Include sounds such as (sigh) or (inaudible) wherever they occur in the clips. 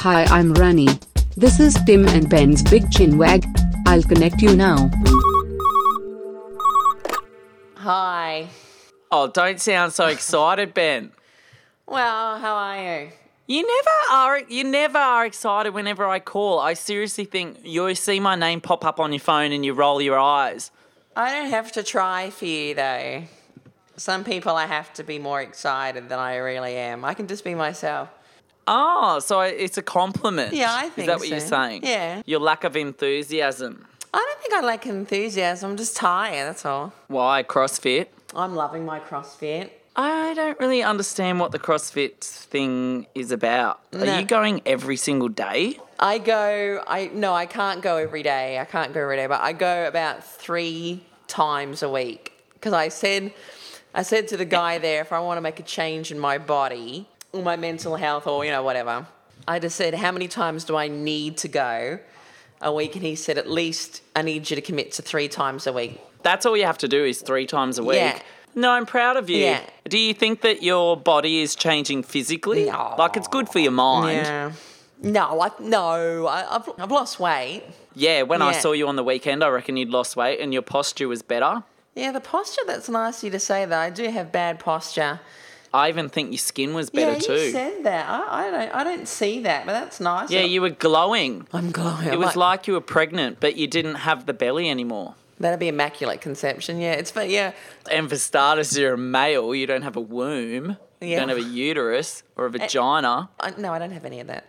Hi, I'm Rani. This is Tim and Ben's Big Chin Wag. I'll connect you now. Hi. Oh, don't sound so excited, Ben. Well, how are you? You never are. You never are excited whenever I call. I seriously think you see my name pop up on your phone and you roll your eyes. I don't have to try for you though. Some people I have to be more excited than I really am. I can just be myself. Oh, so it's a compliment. Yeah, I Is think that what you're so. saying? Yeah. Your lack of enthusiasm. I don't think I lack enthusiasm. I'm just tired, that's all. Why CrossFit? I'm loving my CrossFit. I don't really understand what the CrossFit thing is about. No. Are you going every single day? I go I no, I can't go every day. I can't go every day, but I go about 3 times a week cuz I said I said to the guy there if I want to make a change in my body or my mental health or you know whatever. I just said how many times do I need to go a week and he said at least I need you to commit to 3 times a week. That's all you have to do is three times a week. Yeah. No, I'm proud of you. Yeah. Do you think that your body is changing physically? No. Like it's good for your mind. Yeah. No, I no, I, I've, I've lost weight. Yeah, when I Yeah. saw you on the weekend, I reckon you'd lost weight and your posture was better. Yeah, the posture. That's nice of you to say that. I do have bad posture. I even think your skin was better yeah, too. you said that. I, I don't. I don't see that, but that's nice. yeah, you were glowing. (laughs) I'm glowing. It was like you were pregnant, but you didn't have the belly anymore. that'd be immaculate conception. Yeah, it's but yeah, And for starters, you're a male. You don't have a womb. You Yeah. Eh. don't have a uterus or a vagina. I, no, I don't have any of that.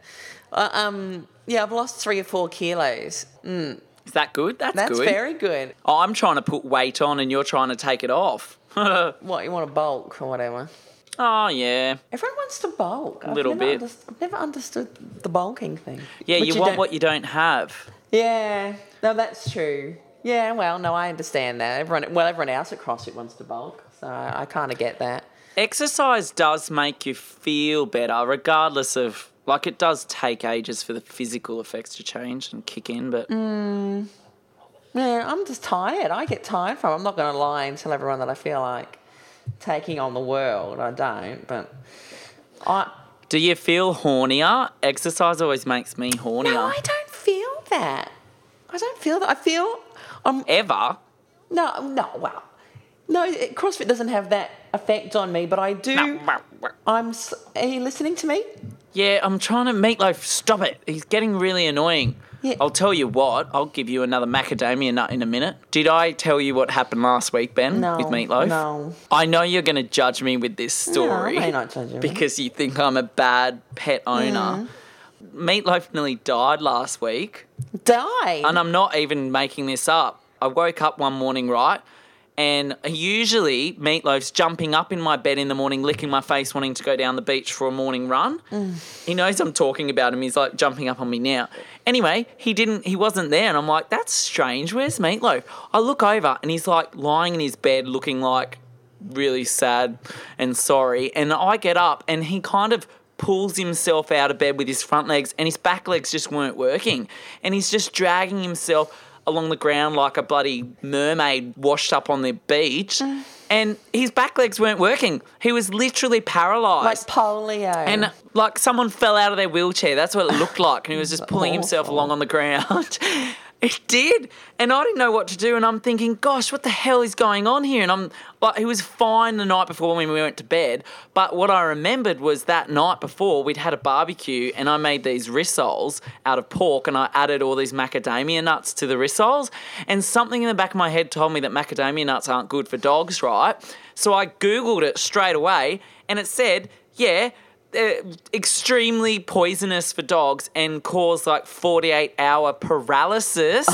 Uh, um, yeah, I've lost three or four kilos. Is that good? That's, That's good. very good. oh, I'm trying to put weight on and you're trying to take it off. (laughs) oh, What you want to bulk or whatever? yeah. Everyone wants to bulk. I've Little never bit. underst- I've never understood the bulking thing. Yeah, Which you, want don't- what you don't have. Yeah, no, that's true. Yeah, well, no, I understand that. Everyone, well, everyone else at CrossFit wants to bulk, so I kind of get that. Exercise does make you feel better, regardless of, like, it does take ages for the physical effects to change and kick in, but Mm. Yeah, I'm just tired. I get tired from. It. I'm not going to lie and tell everyone that I feel like taking on the world. I don't, but I. do you feel hornier? Exercise always makes me hornier. No, I don't feel that. I don't feel that. I feel I'm Ever? no, no. Well, no. it- CrossFit doesn't have that effect on me, but I do. I'm. s- Are you listening to me? Yeah, I'm trying to meatloaf. Stop it. He's getting really annoying. Yeah. I'll tell you what, I'll give you another macadamia nut in a minute. Did I tell you what happened last week, Ben, No, with meatloaf? no. I know you're going to judge me with this story. No, I may not judge you. Because you think I'm a bad pet owner. Meatloaf nearly died last week. Die. And I'm not even making this up. I woke up one morning, right? And usually Meatloaf's jumping up in my bed in the morning, licking my face, wanting to go down the beach for a morning run. He knows I'm talking about him. He's like jumping up on me now. Anyway, he didn't he wasn't there and I'm like, that's strange. Where's Meatloaf? I look over and he's like lying in his bed looking like really sad and sorry. And I get up and he kind of pulls himself out of bed with his front legs and his back legs just weren't working. And he's just dragging himself along the ground like a bloody mermaid washed up on the beach. And his back legs weren't working. He was literally like paralyzed. polio. and like someone fell out of their wheelchair. That's what it looked like. And he was just pulling himself Awful. along on the ground. (laughs) it did. And I didn't know what to do. And I'm thinking, gosh, what the hell is going on here? And I'm like, he was fine the night before when we went to bed. But what I remembered was that night before we'd had a barbecue and I made these rissoles out of pork and I added all these macadamia nuts to the rissoles. And something in the back of my head told me that macadamia nuts aren't good for dogs, right? So I Googled it straight away and it said, yeah, uh, extremely poisonous for dogs and cause like 48 hour paralysis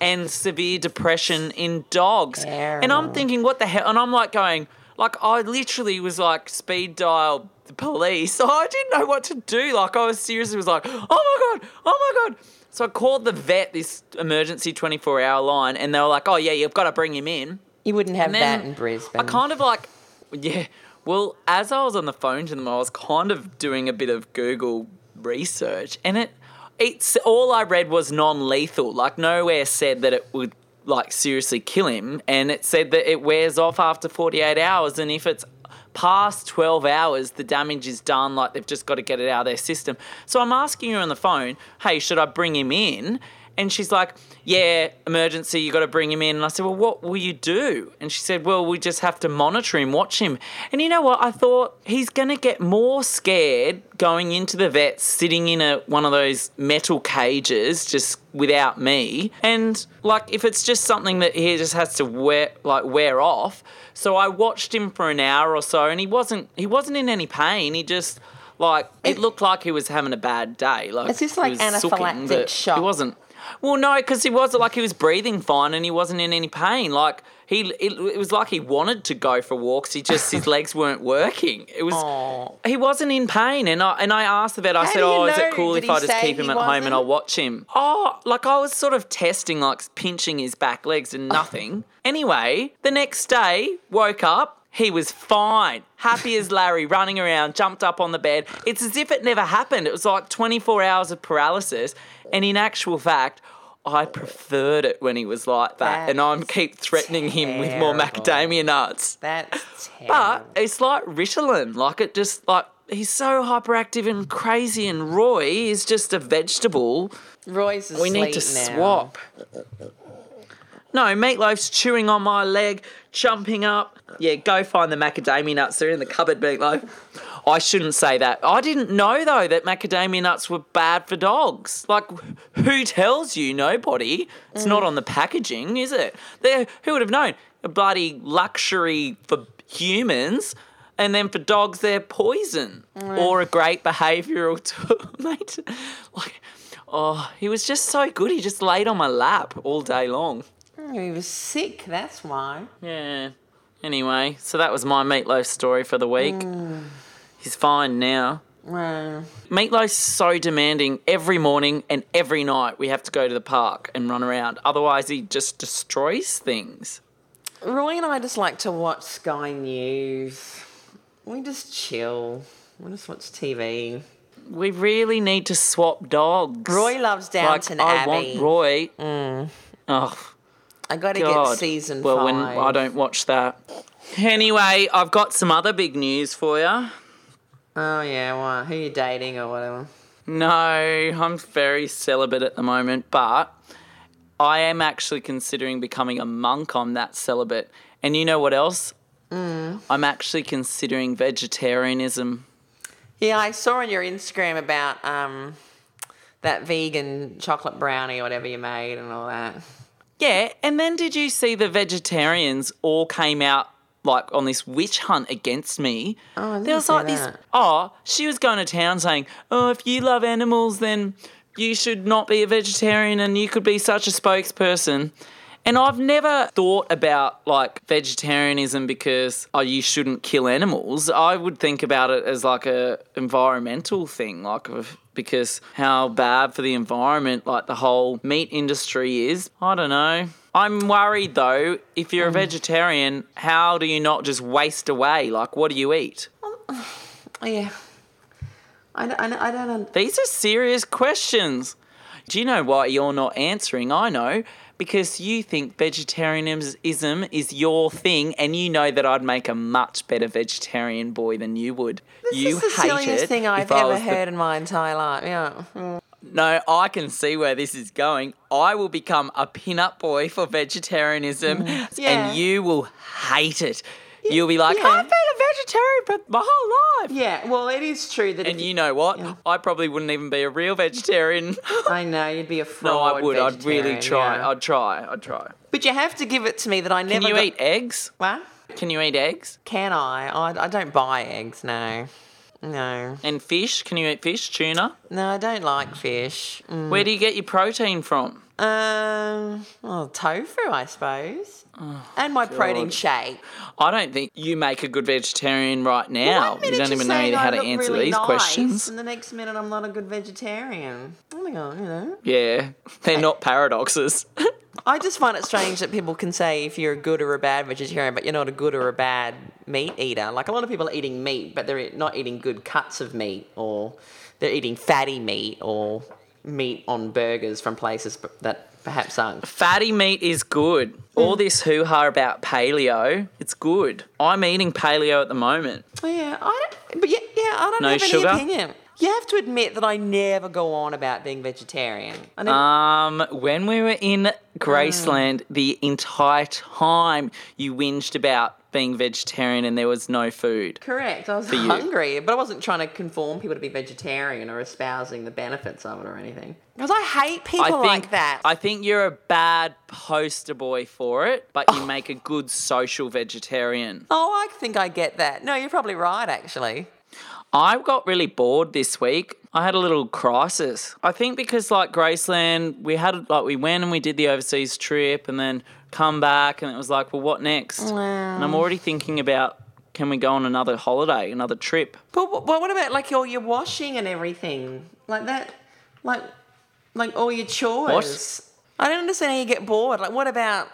and severe depression in dogs. And I'm Terrible. thinking, what the hell? And I'm like going, like, I literally was like speed dial the police. (laughs) I didn't know what to do. Like, I was seriously was like, oh my God, oh my God. So I called the vet, this emergency 24 hour line, and they were like, oh yeah, you've got to bring him in. you wouldn't have And then that in Brisbane. I kind of like, yeah. Well, as I was on the phone to them, I was kind of doing a bit of Google research, and it, it's all I read was non-lethal. Like nowhere said that it would like seriously kill him, and it said that it wears off after 48 hours, and if it's past 12 hours, the damage is done, like they've just got to get it out of their system. So I'm asking her on the phone, hey, should I bring him in? And she's like, yeah, emergency, you got to bring him in. And I said, well, what will you do? And she said, well, we just have to monitor him, watch him. And you know what? I thought he's going to get more scared going into the vet, sitting in a, one of those metal cages, just without me. And like, if it's just something that he just has to wear, like wear off. So I watched him for an hour or so, and he wasn't, he wasn't in any pain. He just, like, it looked like he was having a bad day. Like, Is this he like was sooking, anaphylactic but shock? He wasn't. Well, no, because he was like he was breathing fine and he wasn't in any pain. Like he, it, it was like he wanted to go for walks. He just (laughs) his legs weren't working. It was he wasn't in pain, and I and I asked the vet. I How said, do you "Oh, is know? it cool Did if he I just say keep him he at home and I'll wasn't? watch him?" Oh, like I was sort of testing, like pinching his back legs (laughs) and nothing. Anyway, the next day, woke up. He was fine, happy as Larry, running around, jumped up on the bed. It's as if it never happened. It was like 24 hours of paralysis. And in actual fact, I preferred it when he was like that. and I'm keep threatening him with more terrible. macadamia nuts. That's terrible. But it's like Ritalin. Like it just like he's so hyperactive and crazy, and Roy is just a vegetable. Roy's asleep We need to now. swap. No, Meatloaf's chewing on my leg, jumping up. Yeah, go find the macadamia nuts. They're in the cupboard, Meatloaf. I shouldn't say that. I didn't know, though, that macadamia nuts were bad for dogs. Like, who tells you? Nobody. It's not on the packaging, is it? They're, who would have known? A bloody luxury for humans. And then for dogs, they're poison or a great (laughs) behavioural tool, mate. Like, oh, he was just so good. He just laid on my lap all day long. He was sick, that's why. Yeah. Anyway, so that was my meatloaf story for the week. Mm. He's fine now. Well, Meatloaf's so demanding every morning and every night we have to go to the park and run around. Otherwise, he just destroys things. Roy and I just like to watch Sky News. We just chill. We just watch TV. We really need to swap dogs. Roy loves like, Downton I Abbey. want Roy. Oh, I got to God. get season well, five. when I don't watch that. Anyway, I've got some other big news for you. Oh yeah, well, who you dating or whatever? No, I'm very celibate at the moment, but I am actually considering becoming a monk. I'm that celibate. And you know what else? Mm. I'm actually considering vegetarianism. Yeah, I saw on your Instagram about um, that vegan chocolate brownie or whatever you made and all that. Yeah, and then did you see the vegetarians all came out like on this witch hunt against me? Oh, I didn't there was see like this. that. Oh, she was going to town saying, "Oh, if you love animals, then you should not be a vegetarian, and you could be such a spokesperson." And I've never thought about like vegetarianism because oh, you shouldn't kill animals. I would think about it as like a environmental thing, like of- because how bad for the environment like the whole meat industry is. I don't know. I'm worried though, if you're a vegetarian, how do you not just waste away? Like, what do you eat? Yeah, I, don't- I, don't- I don't. un- These are serious questions. Do you know why you're not answering? I know. Because you think vegetarianism is your thing, and you know that I'd make a much better vegetarian boy than you would. you this is the hate silliest it thing I've if I ever was the heard in my entire life. Yeah. No, I can see where this is going. I will become a pin-up boy for vegetarianism, Mm. Yeah. and you will hate it. You'll be like, yeah. I've been a vegetarian for my whole life. Yeah. Well, it is true that. And if you know what? Yeah. I probably wouldn't even be a (laughs) real vegetarian. I know you'd be a fraud. no, I would. I'd really vegetarian, try. yeah. I'd try. I'd try. But you have to give it to me that I never. Can you got- eat eggs? What? Can you eat eggs Can I? I? I don't buy eggs. No. No. and fish? Can you eat fish? Tuna? No, I don't like fish. Mm. Where do you get your protein from? Um. Well, tofu, I suppose. Oh, and my protein shake. I don't think you make a good vegetarian right One now. minute you don't you're even know saying I how to look answer really these nice, questions. And the next minute, I'm not a good vegetarian. Oh my god, you know. Yeah, (laughs) they're not paradoxes. (laughs) I just find it strange that people can say if you're a good or a bad vegetarian, but you're not a good or a bad meat eater. Like a lot of people are eating meat, but they're not eating good cuts of meat, or they're eating fatty meat, or meat on burgers from places that perhaps aren't. Fatty meat is good. All Hmm. this hoo ha about paleo, it's good. I'm eating paleo at the moment. Well, yeah, I don't. But yeah, yeah, I don't No have sugar? any opinion. You have to admit that I never go on about being vegetarian. I never, Um, when we were in Mm. Graceland, the entire time you whinged about being vegetarian and there was no food. correct. I was you. hungry, but I wasn't trying to conform people to be vegetarian or espousing the benefits of it or anything. Because I hate people I think like that. I think you're a bad poster boy for it, but you make a good social vegetarian. oh, I think I get that. No, you're probably right, actually. I got really bored this week. I had a little crisis. I think because like Graceland, we had like we went and we did the overseas trip and then come back and it was like, well, what next? And I'm already thinking about can we go on another holiday, another trip? But wh- well, what about like all your washing and everything like that? Like, like all your chores. I don't understand how you get bored. Like, what about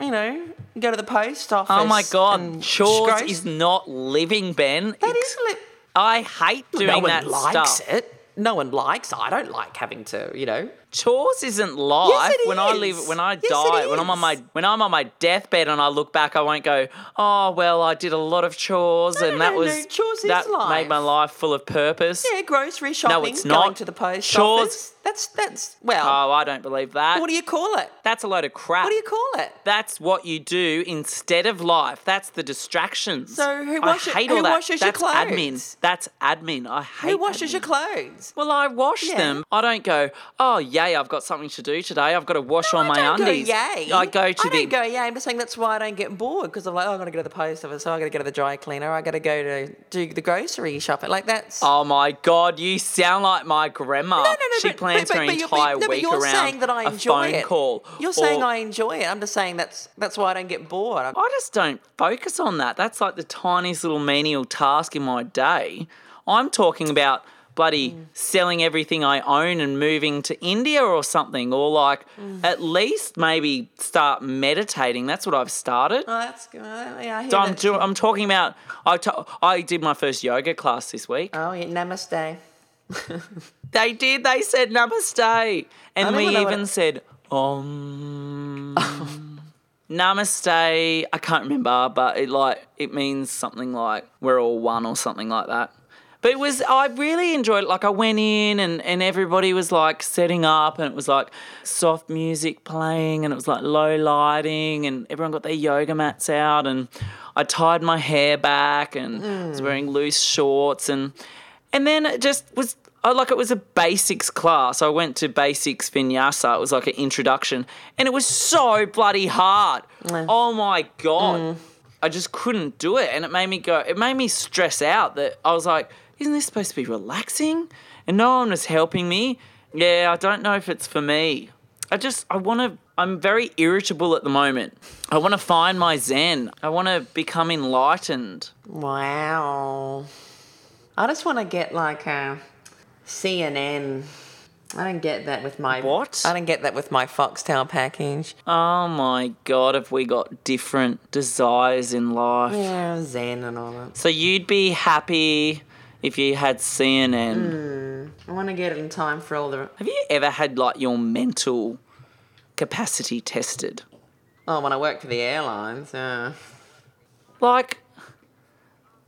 you know, go to the post office? Oh my god, and chores scrounge- is not living, Ben. that is li- I hate doing no one that likes stuff. it. No one likes. I don't like having to. You know. Chores isn't life. it when I live, is. when I Yes, it die, when I'm on is. my when I'm on my deathbed and I look back, I won't go, "Oh well, I did a lot of chores No, and no, that no, was no, chores is that life." made my life full of purpose." Yeah, grocery shopping. it's Going not. to the post Chores- office. That's that's well. Oh, I don't believe that. what do you call it? That's a load of crap. What do you call it? That's what you do instead of life. That's the distractions. So who I wash- hate who all that. washes your That's clothes? Admin. That's admin. I hate. Who washes your admin. clothes? Well, I wash Yeah. them. I don't go, oh, yay, I've got something to do today. I've got to wash all I my don't undies. Go yay! I go to I the. don't go yay. I'm just saying that's why I don't get bored because I'm like, oh, I got to go to the post office, so I got to go to the dry cleaner, I got to go to do the grocery shopping. Like that's. Oh my God! You sound like my grandma. she plans her you're- entire no, but week you're around saying that I a enjoy phone it. call. You're saying or- I enjoy it. I'm just saying that's that's why I don't get bored. I'm, oh, I just don't focus on that. That's like the tiniest little menial task in my day. I'm talking about bloody Mm. selling everything I own and moving to India or something, or like Mm. at least maybe start meditating. That's what I've started. oh, that's good. Yeah, I hear So I'm, that. do, I'm talking about. I, to, I did my first yoga class this week. oh yeah, namaste. They did. They said namaste, and don't we even know what even it- said (laughs) om. namaste. I can't remember, but it like it means something like we're all one or something like that. But it was I really enjoyed it. Like I went in and, and everybody was like setting up and it was like soft music playing and it was like low lighting and everyone got their yoga mats out and I tied my hair back and Mm. was wearing loose shorts and and then it just was I, like it was a basics class. I went to basics vinyasa. It was like an introduction, and it was so bloody hard. Oh my god, I just couldn't do it, and it made me go. It made me stress out that I was like, "Isn't this supposed to be relaxing?" And no one was helping me. Yeah, I don't know if it's for me. I just I want to. I'm very irritable at the moment. I want to find my zen. I want to become enlightened. Wow. I just want to get like uh, a CNN. I don't get that with my What? I don't get that with my Foxtel package. Oh my God, have we got different desires in life? Yeah, Zen and all that. So you'd be happy if you had Mm. CNN. I want to get it in time for all the Have you ever had like your mental capacity tested? oh when I work for the airlines. Yeah. Like,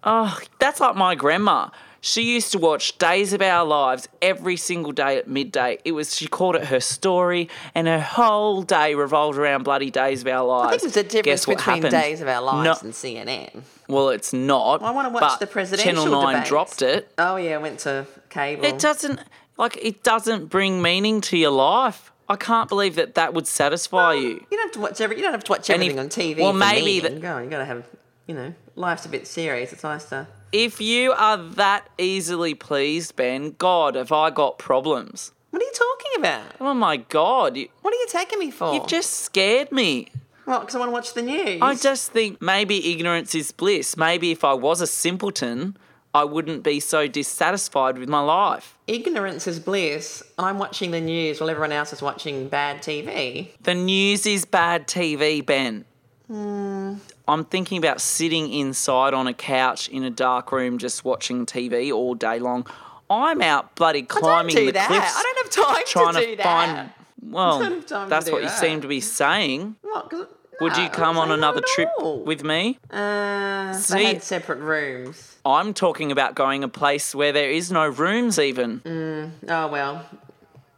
oh, that's like my grandma. She used to watch Days of Our Lives every single day at midday. It was she called it her story, and her whole day revolved around bloody Days of Our Lives. I think there's a difference Guess what between happened? Days of Our Lives No- and CNN. Well, it's not. I wanna watch but the presidential Channel Nine debates. dropped it. Oh yeah, I went to cable. It doesn't like it doesn't bring meaning to your life. I can't believe that that would satisfy you. You don't have to watch every. You don't have to watch And if- everything on TV. well, for maybe meaning. that- Go on, you gotta have. You know, life's a bit serious. It's nice to. If you are that easily pleased, Ben, God, have I got problems? What are you talking about? Oh my God, you, What are you attacking me for? you've just scared me. Well, because I want to watch the news. I just think maybe ignorance is bliss. Maybe if I was a simpleton, I wouldn't be so dissatisfied with my life. Ignorance is bliss, and I'm watching the news while everyone else is watching bad TV. The news is bad TV, Ben. Hmm. I'm thinking about sitting inside on a couch in a dark room just watching TV all day long. I'm out bloody climbing I don't do the that. cliffs I don't have time trying to to, do that. find (laughs) Well, Don't have time to that's do what you that. seem to be saying. What? 'Cause- Would you no, come on not another at trip all. with me? Uh, See? they had separate rooms. I'm talking about going a place where there is no rooms even. Oh well,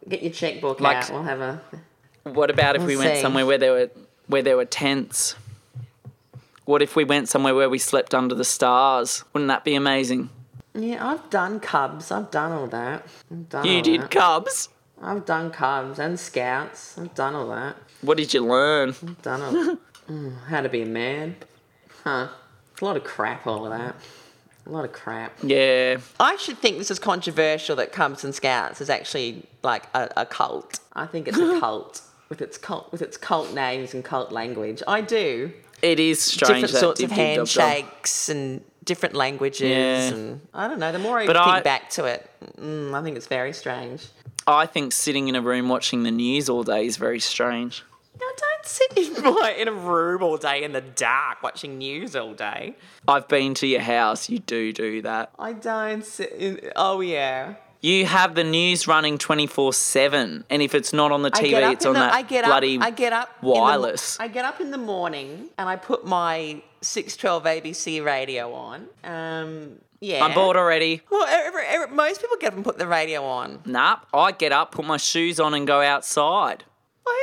get your checkbook Like- out. We'll have a. What about if we We'll went see. somewhere where there were where there were tents? What if we went somewhere where we slept under the stars? Wouldn't that be amazing? Yeah, I've done Cubs. I've done all that. I've done You all did that. cubs. I've done Cubs and Scouts. I've done all that. What did you learn? I've done (laughs) all. Mm, how to be a man? Huh? It's a lot of crap. All of that. A lot of crap. Yeah. I should think this is controversial that Cubs and Scouts is actually like a, a cult. I think it's (laughs) a cult with its cult with its cult names and cult language. I do. It is strange different that sorts of dib, dib, dub, dub. handshakes and different languages Yeah. and I don't know. The more I But think I- back to it, mm, I think it's very strange. I think sitting in a room watching the news all day is very strange. No, don't sit in, (laughs) like, in a room all day in the dark watching news all day. I've been to your house. You do do that. I don't sit in. Oh yeah. You have the news running 24 7. And if it's not on the I get TV, up it's in on the, that I get bloody up, I get up in the mo- wireless. I get up in the morning and I put my 612 ABC radio on. Um, yeah. I'm bored already. Well, e-, every, every, most people get up and put the radio on. Nah, I get up, put my shoes on, and go outside. Well,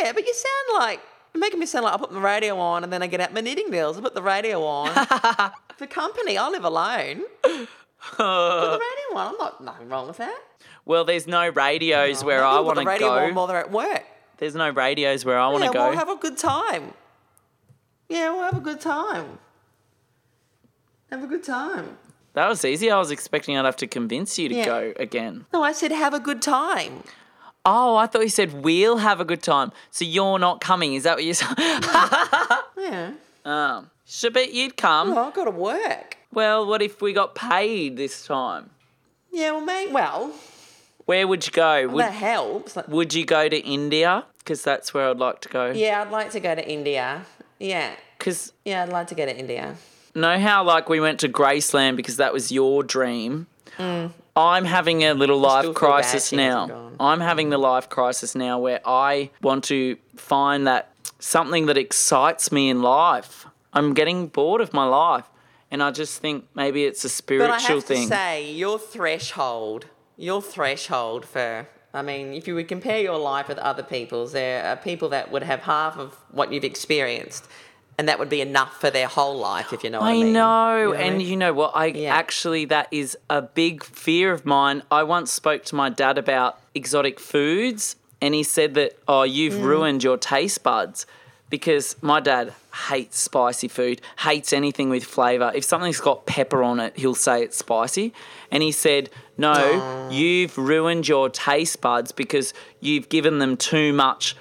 yeah, but you sound like you're making me sound like I put my radio on and then I get out my knitting needles. I put the radio (laughs) on for company. I live alone. put the radio on. I'm not nothing wrong with that. Well, there's no radios where Maybe I we'll put want to the radio on go. while they're at work. There's no radios where I want Yeah, to we'll go. have a good time. Yeah, we'll have a good time. Have a good time. that was easy. I was expecting I'd have to convince you to Yeah. go again. No, I said have a good time. Oh, I thought you said we'll have a good time. So you're not coming. Is that what you said? (laughs) Yeah. oh. So, but you'd come. Well, I've got to work. Well, what if we got paid this time? Yeah, well, mate, well, Where would you go? that Would, helps. Like, would you go to India? Because that's where I'd like to go. yeah, I'd like to go to India. Yeah. Because Yeah, I'd like to go to India. know how like we went to Graceland because that was your dream. I'm having a little life Mm. feel bad crisis she hasn't now. gone. I'm having the life crisis now where I want to find that something that excites me in life. I'm getting bored of my life, and I just think maybe it's But a I spiritual have thing. to say, your threshold, your threshold for, I mean, if you would compare your life with other people's, there are people that would have half of what you've experienced, and that would be enough for their whole life, if you know what I, I mean. know, You what I and mean? you know what? I Yeah. actually that is a big fear of mine. I once spoke to my dad about exotic foods, and he said that oh, you've Mm. ruined your taste buds because my dad hates spicy food, hates anything with flavour. If something's got pepper on it, he'll say it's spicy, and he said. No, you've ruined your taste buds because you've given them too much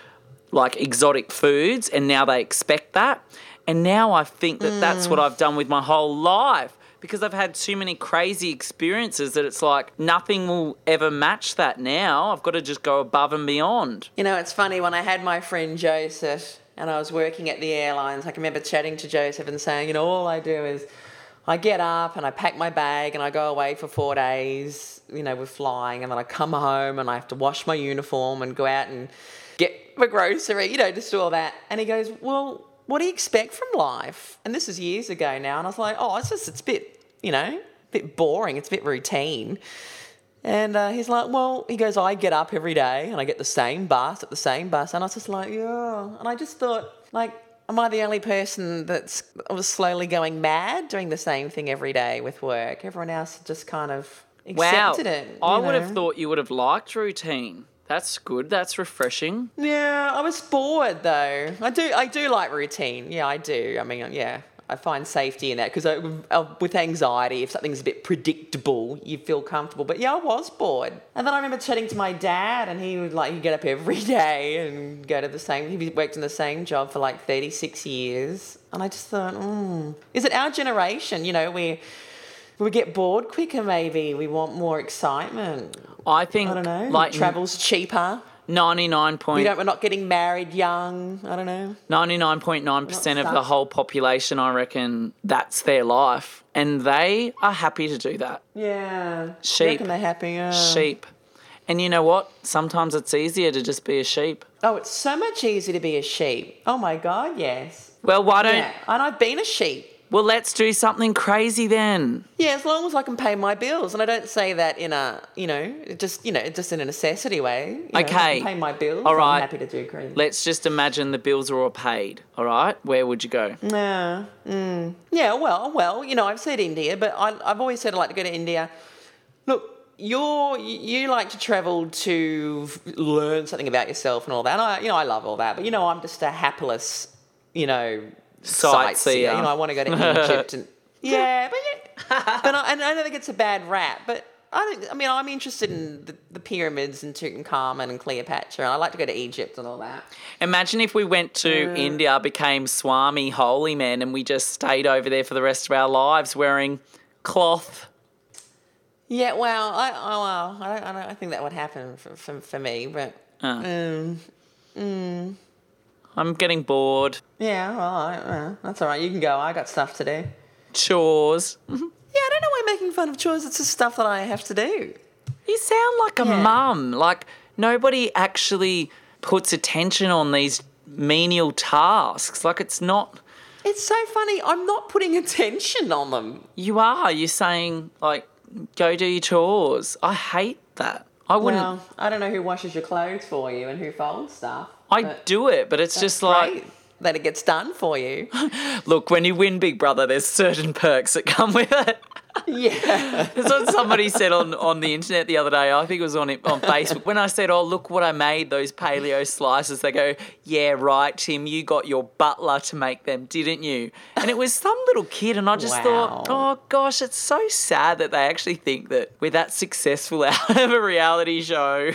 like exotic foods and now they expect that and now i think that that's Mm. what i've done with my whole life because i've had too many crazy experiences that it's like nothing will ever match that now i've got to just go above and beyond You know, it's funny when I had my friend Joseph and I was working at the airlines, I can remember chatting to Joseph and saying, you know, all I do is I get up and I pack my bag and I go away for four days, you know, we're flying, and then I come home and I have to wash my uniform and go out and get my grocery, you know, just do all that. And he goes, Well, what do you expect from life? And this is years ago now, and I was like, Oh, it's just it's a bit, you know, a bit boring, it's a bit routine. And uh, he's like, well, he goes, I get up every day and I get the same bus at the same bus. And I was just like, yeah. And I just thought, like, am I the only person that's I was slowly going mad doing the same thing every day with work? Everyone else just kind of wow accepted it. you i would know? have thought you would have liked routine that's good that's refreshing Yeah, I was bored though. I do, I do like routine. Yeah, I do. I mean, yeah, I find safety in that because with anxiety, if something's a bit predictable, you feel comfortable. But yeah, I was bored. And then I remember chatting to my dad, and he would like he'd get up every (laughs) day and go to the same. He worked in the same job for like thirty six years, and I just thought, mm, is it our generation? You know, we we get bored quicker. Maybe we want more excitement. i think I don't know. like travel's cheaper. We 99.99% don't. We're not getting married young. I don't know. of the stuck. whole population i reckon that's their life and they are happy to do that Yeah. Sheep. Reckon they're happy. Yeah. sheep. And you know what? Sometimes it's easier to just be a sheep. Oh, it's so much easier to be a sheep. Oh my God, yes. Well, why don't? Yeah, and I've been a sheep. Well, let's do something crazy then. Yeah, as long as I can pay my bills, and I don't say that in a you know just you know just in a necessity way. You know, if I Okay. can pay my bills. All right. I'm happy to do green. Let's just imagine the bills are all paid. All right, where would you go? Yeah. Mm. Yeah, well, well, you know, I've said India, but I, I've always said I like to go to India. Look, you're, you like to travel to f- learn something about yourself and all that. And I, you know, I love all that, but you know, I'm just a hapless, you know, Sightseer. sightseer. You know, I want to go to Egypt and yeah, but yeah, but I, and I don't think it's a bad rap, but. I, think, I mean, I'm interested in the, the pyramids and Tutankhamun and Cleopatra, and I like to go to Egypt and all that. Imagine if we went to Mm. India, became Swami holy men, and we just stayed over there for the rest of our lives wearing cloth. Yeah, well, I, oh, well, I don't, I don't I think that would happen for, for, for me, but um, Uh. Mm. I'm getting bored. yeah, well, I, uh, that's all right. You can go. I got stuff to do. Yeah, Chores. I don't know why I'm making fun of chores. It's just stuff that I have to do. You sound like a Yeah. mum. Like nobody actually puts attention on these menial tasks. Like it's not. It's so funny. I'm not putting attention on them. You are. You're saying like, go do your chores. I hate that. I wouldn't. Well, I don't know who washes your clothes for you and who folds stuff. I but do it, but it's just it's like, great that it gets done for you. look, when you win Big Brother, there's certain (laughs) perks that come with it. (laughs) yeah. That's what somebody said on, on the internet the other day. I think it was on it- on Facebook. When I said, "Oh, look what I made those paleo slices," they go, "Yeah, right, Tim. You got your butler to make them, didn't you?" And it was some little kid, and I just thought, Wow. "Oh gosh, it's so sad that they actually think that we're that successful (laughs) out of a reality show."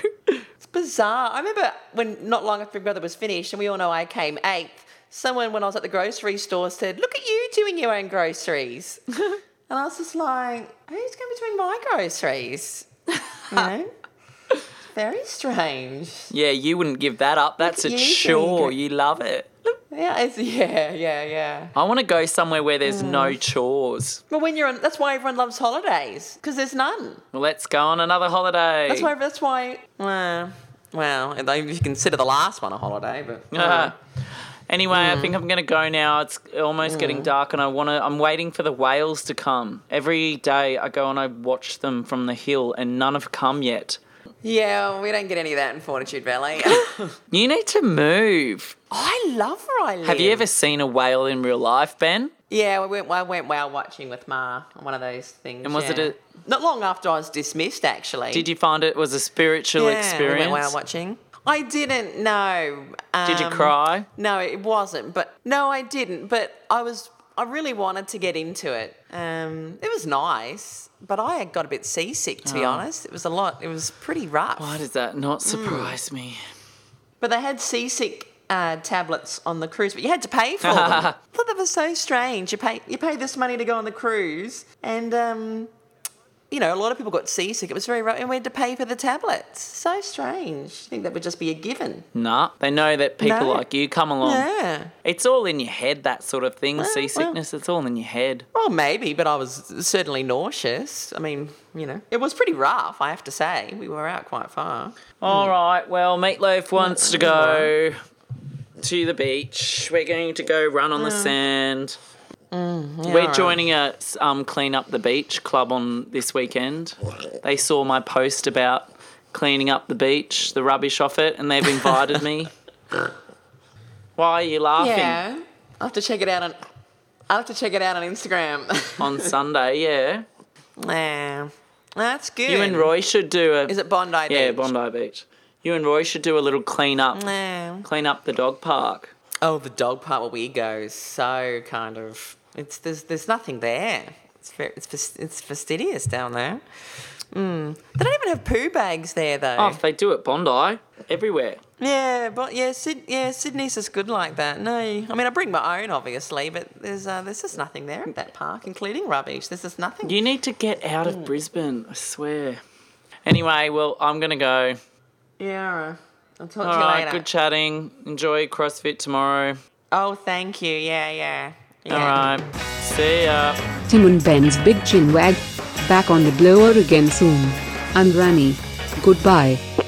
bizarre. I remember when not long after Big Brother was finished, and we all know I came eighth. Someone, when I was at the grocery store, said, "Look at you doing your own groceries," (laughs) and I was just like, "Who's going to be doing my groceries?" You know, It's (laughs) very strange. Yeah, you wouldn't give that up. That's you a doing chore. gr- You love it. Yeah, it's, yeah, yeah, yeah. I want to go somewhere where there's Mm. no chores. But when you're on, that's why everyone loves holidays because there's none. Well, let's go on another holiday. That's why. That's why. Well, well, and if you consider the last one a holiday, but Ah. Anyway, I Mm. think I'm gonna go now. It's almost getting dark, and I wanna. I'm waiting for the whales to come. Every day I go and I watch them from the hill, and none have come yet. yeah, we don't get any of that in Fortitude Valley. (laughs) You need to move. I love where I live. Have you ever seen a whale in real life, Ben? Yeah, we went, I went whale watching with Ma on one of those things. And was it yeah. a- Not long after I was dismissed, actually. Did you find it was a spiritual yeah, experience? We went whale watching. I didn't, no. Um, Did you cry? No, it wasn't. But no, I didn't. But I was, I really wanted to get into it. Um, it was nice, but I had got a bit seasick, to be honest. It was a lot, it was pretty rough. Oh. Why does that Hmm. not surprise me? But they had seasick uh, tablets on the cruise, but you had to pay (laughs) for them. I thought that was so strange. You pay you pay this money to go on the cruise, and um, you know a lot of people got seasick. It was very rough, and we had to pay for the tablets. So strange. You think that would just be a given? Nah, they know that people No. like you come along. Yeah. It's all in your head, that sort of thing. Well, well. Seasickness, it's all in your head. Well, maybe, but I was certainly nauseous. I mean, you know, it was pretty rough. I have to say, we were out quite far. All right. Well, Hmm. Meatloaf wants to go to the beach. We're going to go run on the Hmm. sand. We're right. joining a um, clean up the beach club on this weekend. They saw my post about cleaning up the beach, the rubbish off it, and they've (laughs) invited me. Why are you laughing? Yeah, I have to check it out on. I have to check it out on Instagram. (laughs) On Sunday, yeah. yeah, that's good. You and Roy should do a Is it Bondi? yeah Beach? Mm. Bondi Beach. You and Roy should do a little clean up, Nah. clean up the dog park. Oh, the dog part where we go is so kind of it's there's there's nothing there. It's very, it's fas- it's fastidious down there. Mm. They don't even have poo bags there though. Oh, they do it Bondi everywhere. Yeah, but yeah, Syd- yeah, Sydney's is good like that. No, I mean I bring my own obviously, but there's uh, there's just nothing there at that park, including rubbish. There's just nothing. You need to get out Mm. of Brisbane, I swear. Anyway, well, I'm going to go. yeah, all right. I'll talk All to you right, later. good chatting. Enjoy CrossFit tomorrow. oh, thank you. Yeah, yeah. yeah. All right, see ya. Tim and Ben's Big Chin Wag. Back on the blower again soon. I'm Rani. Goodbye.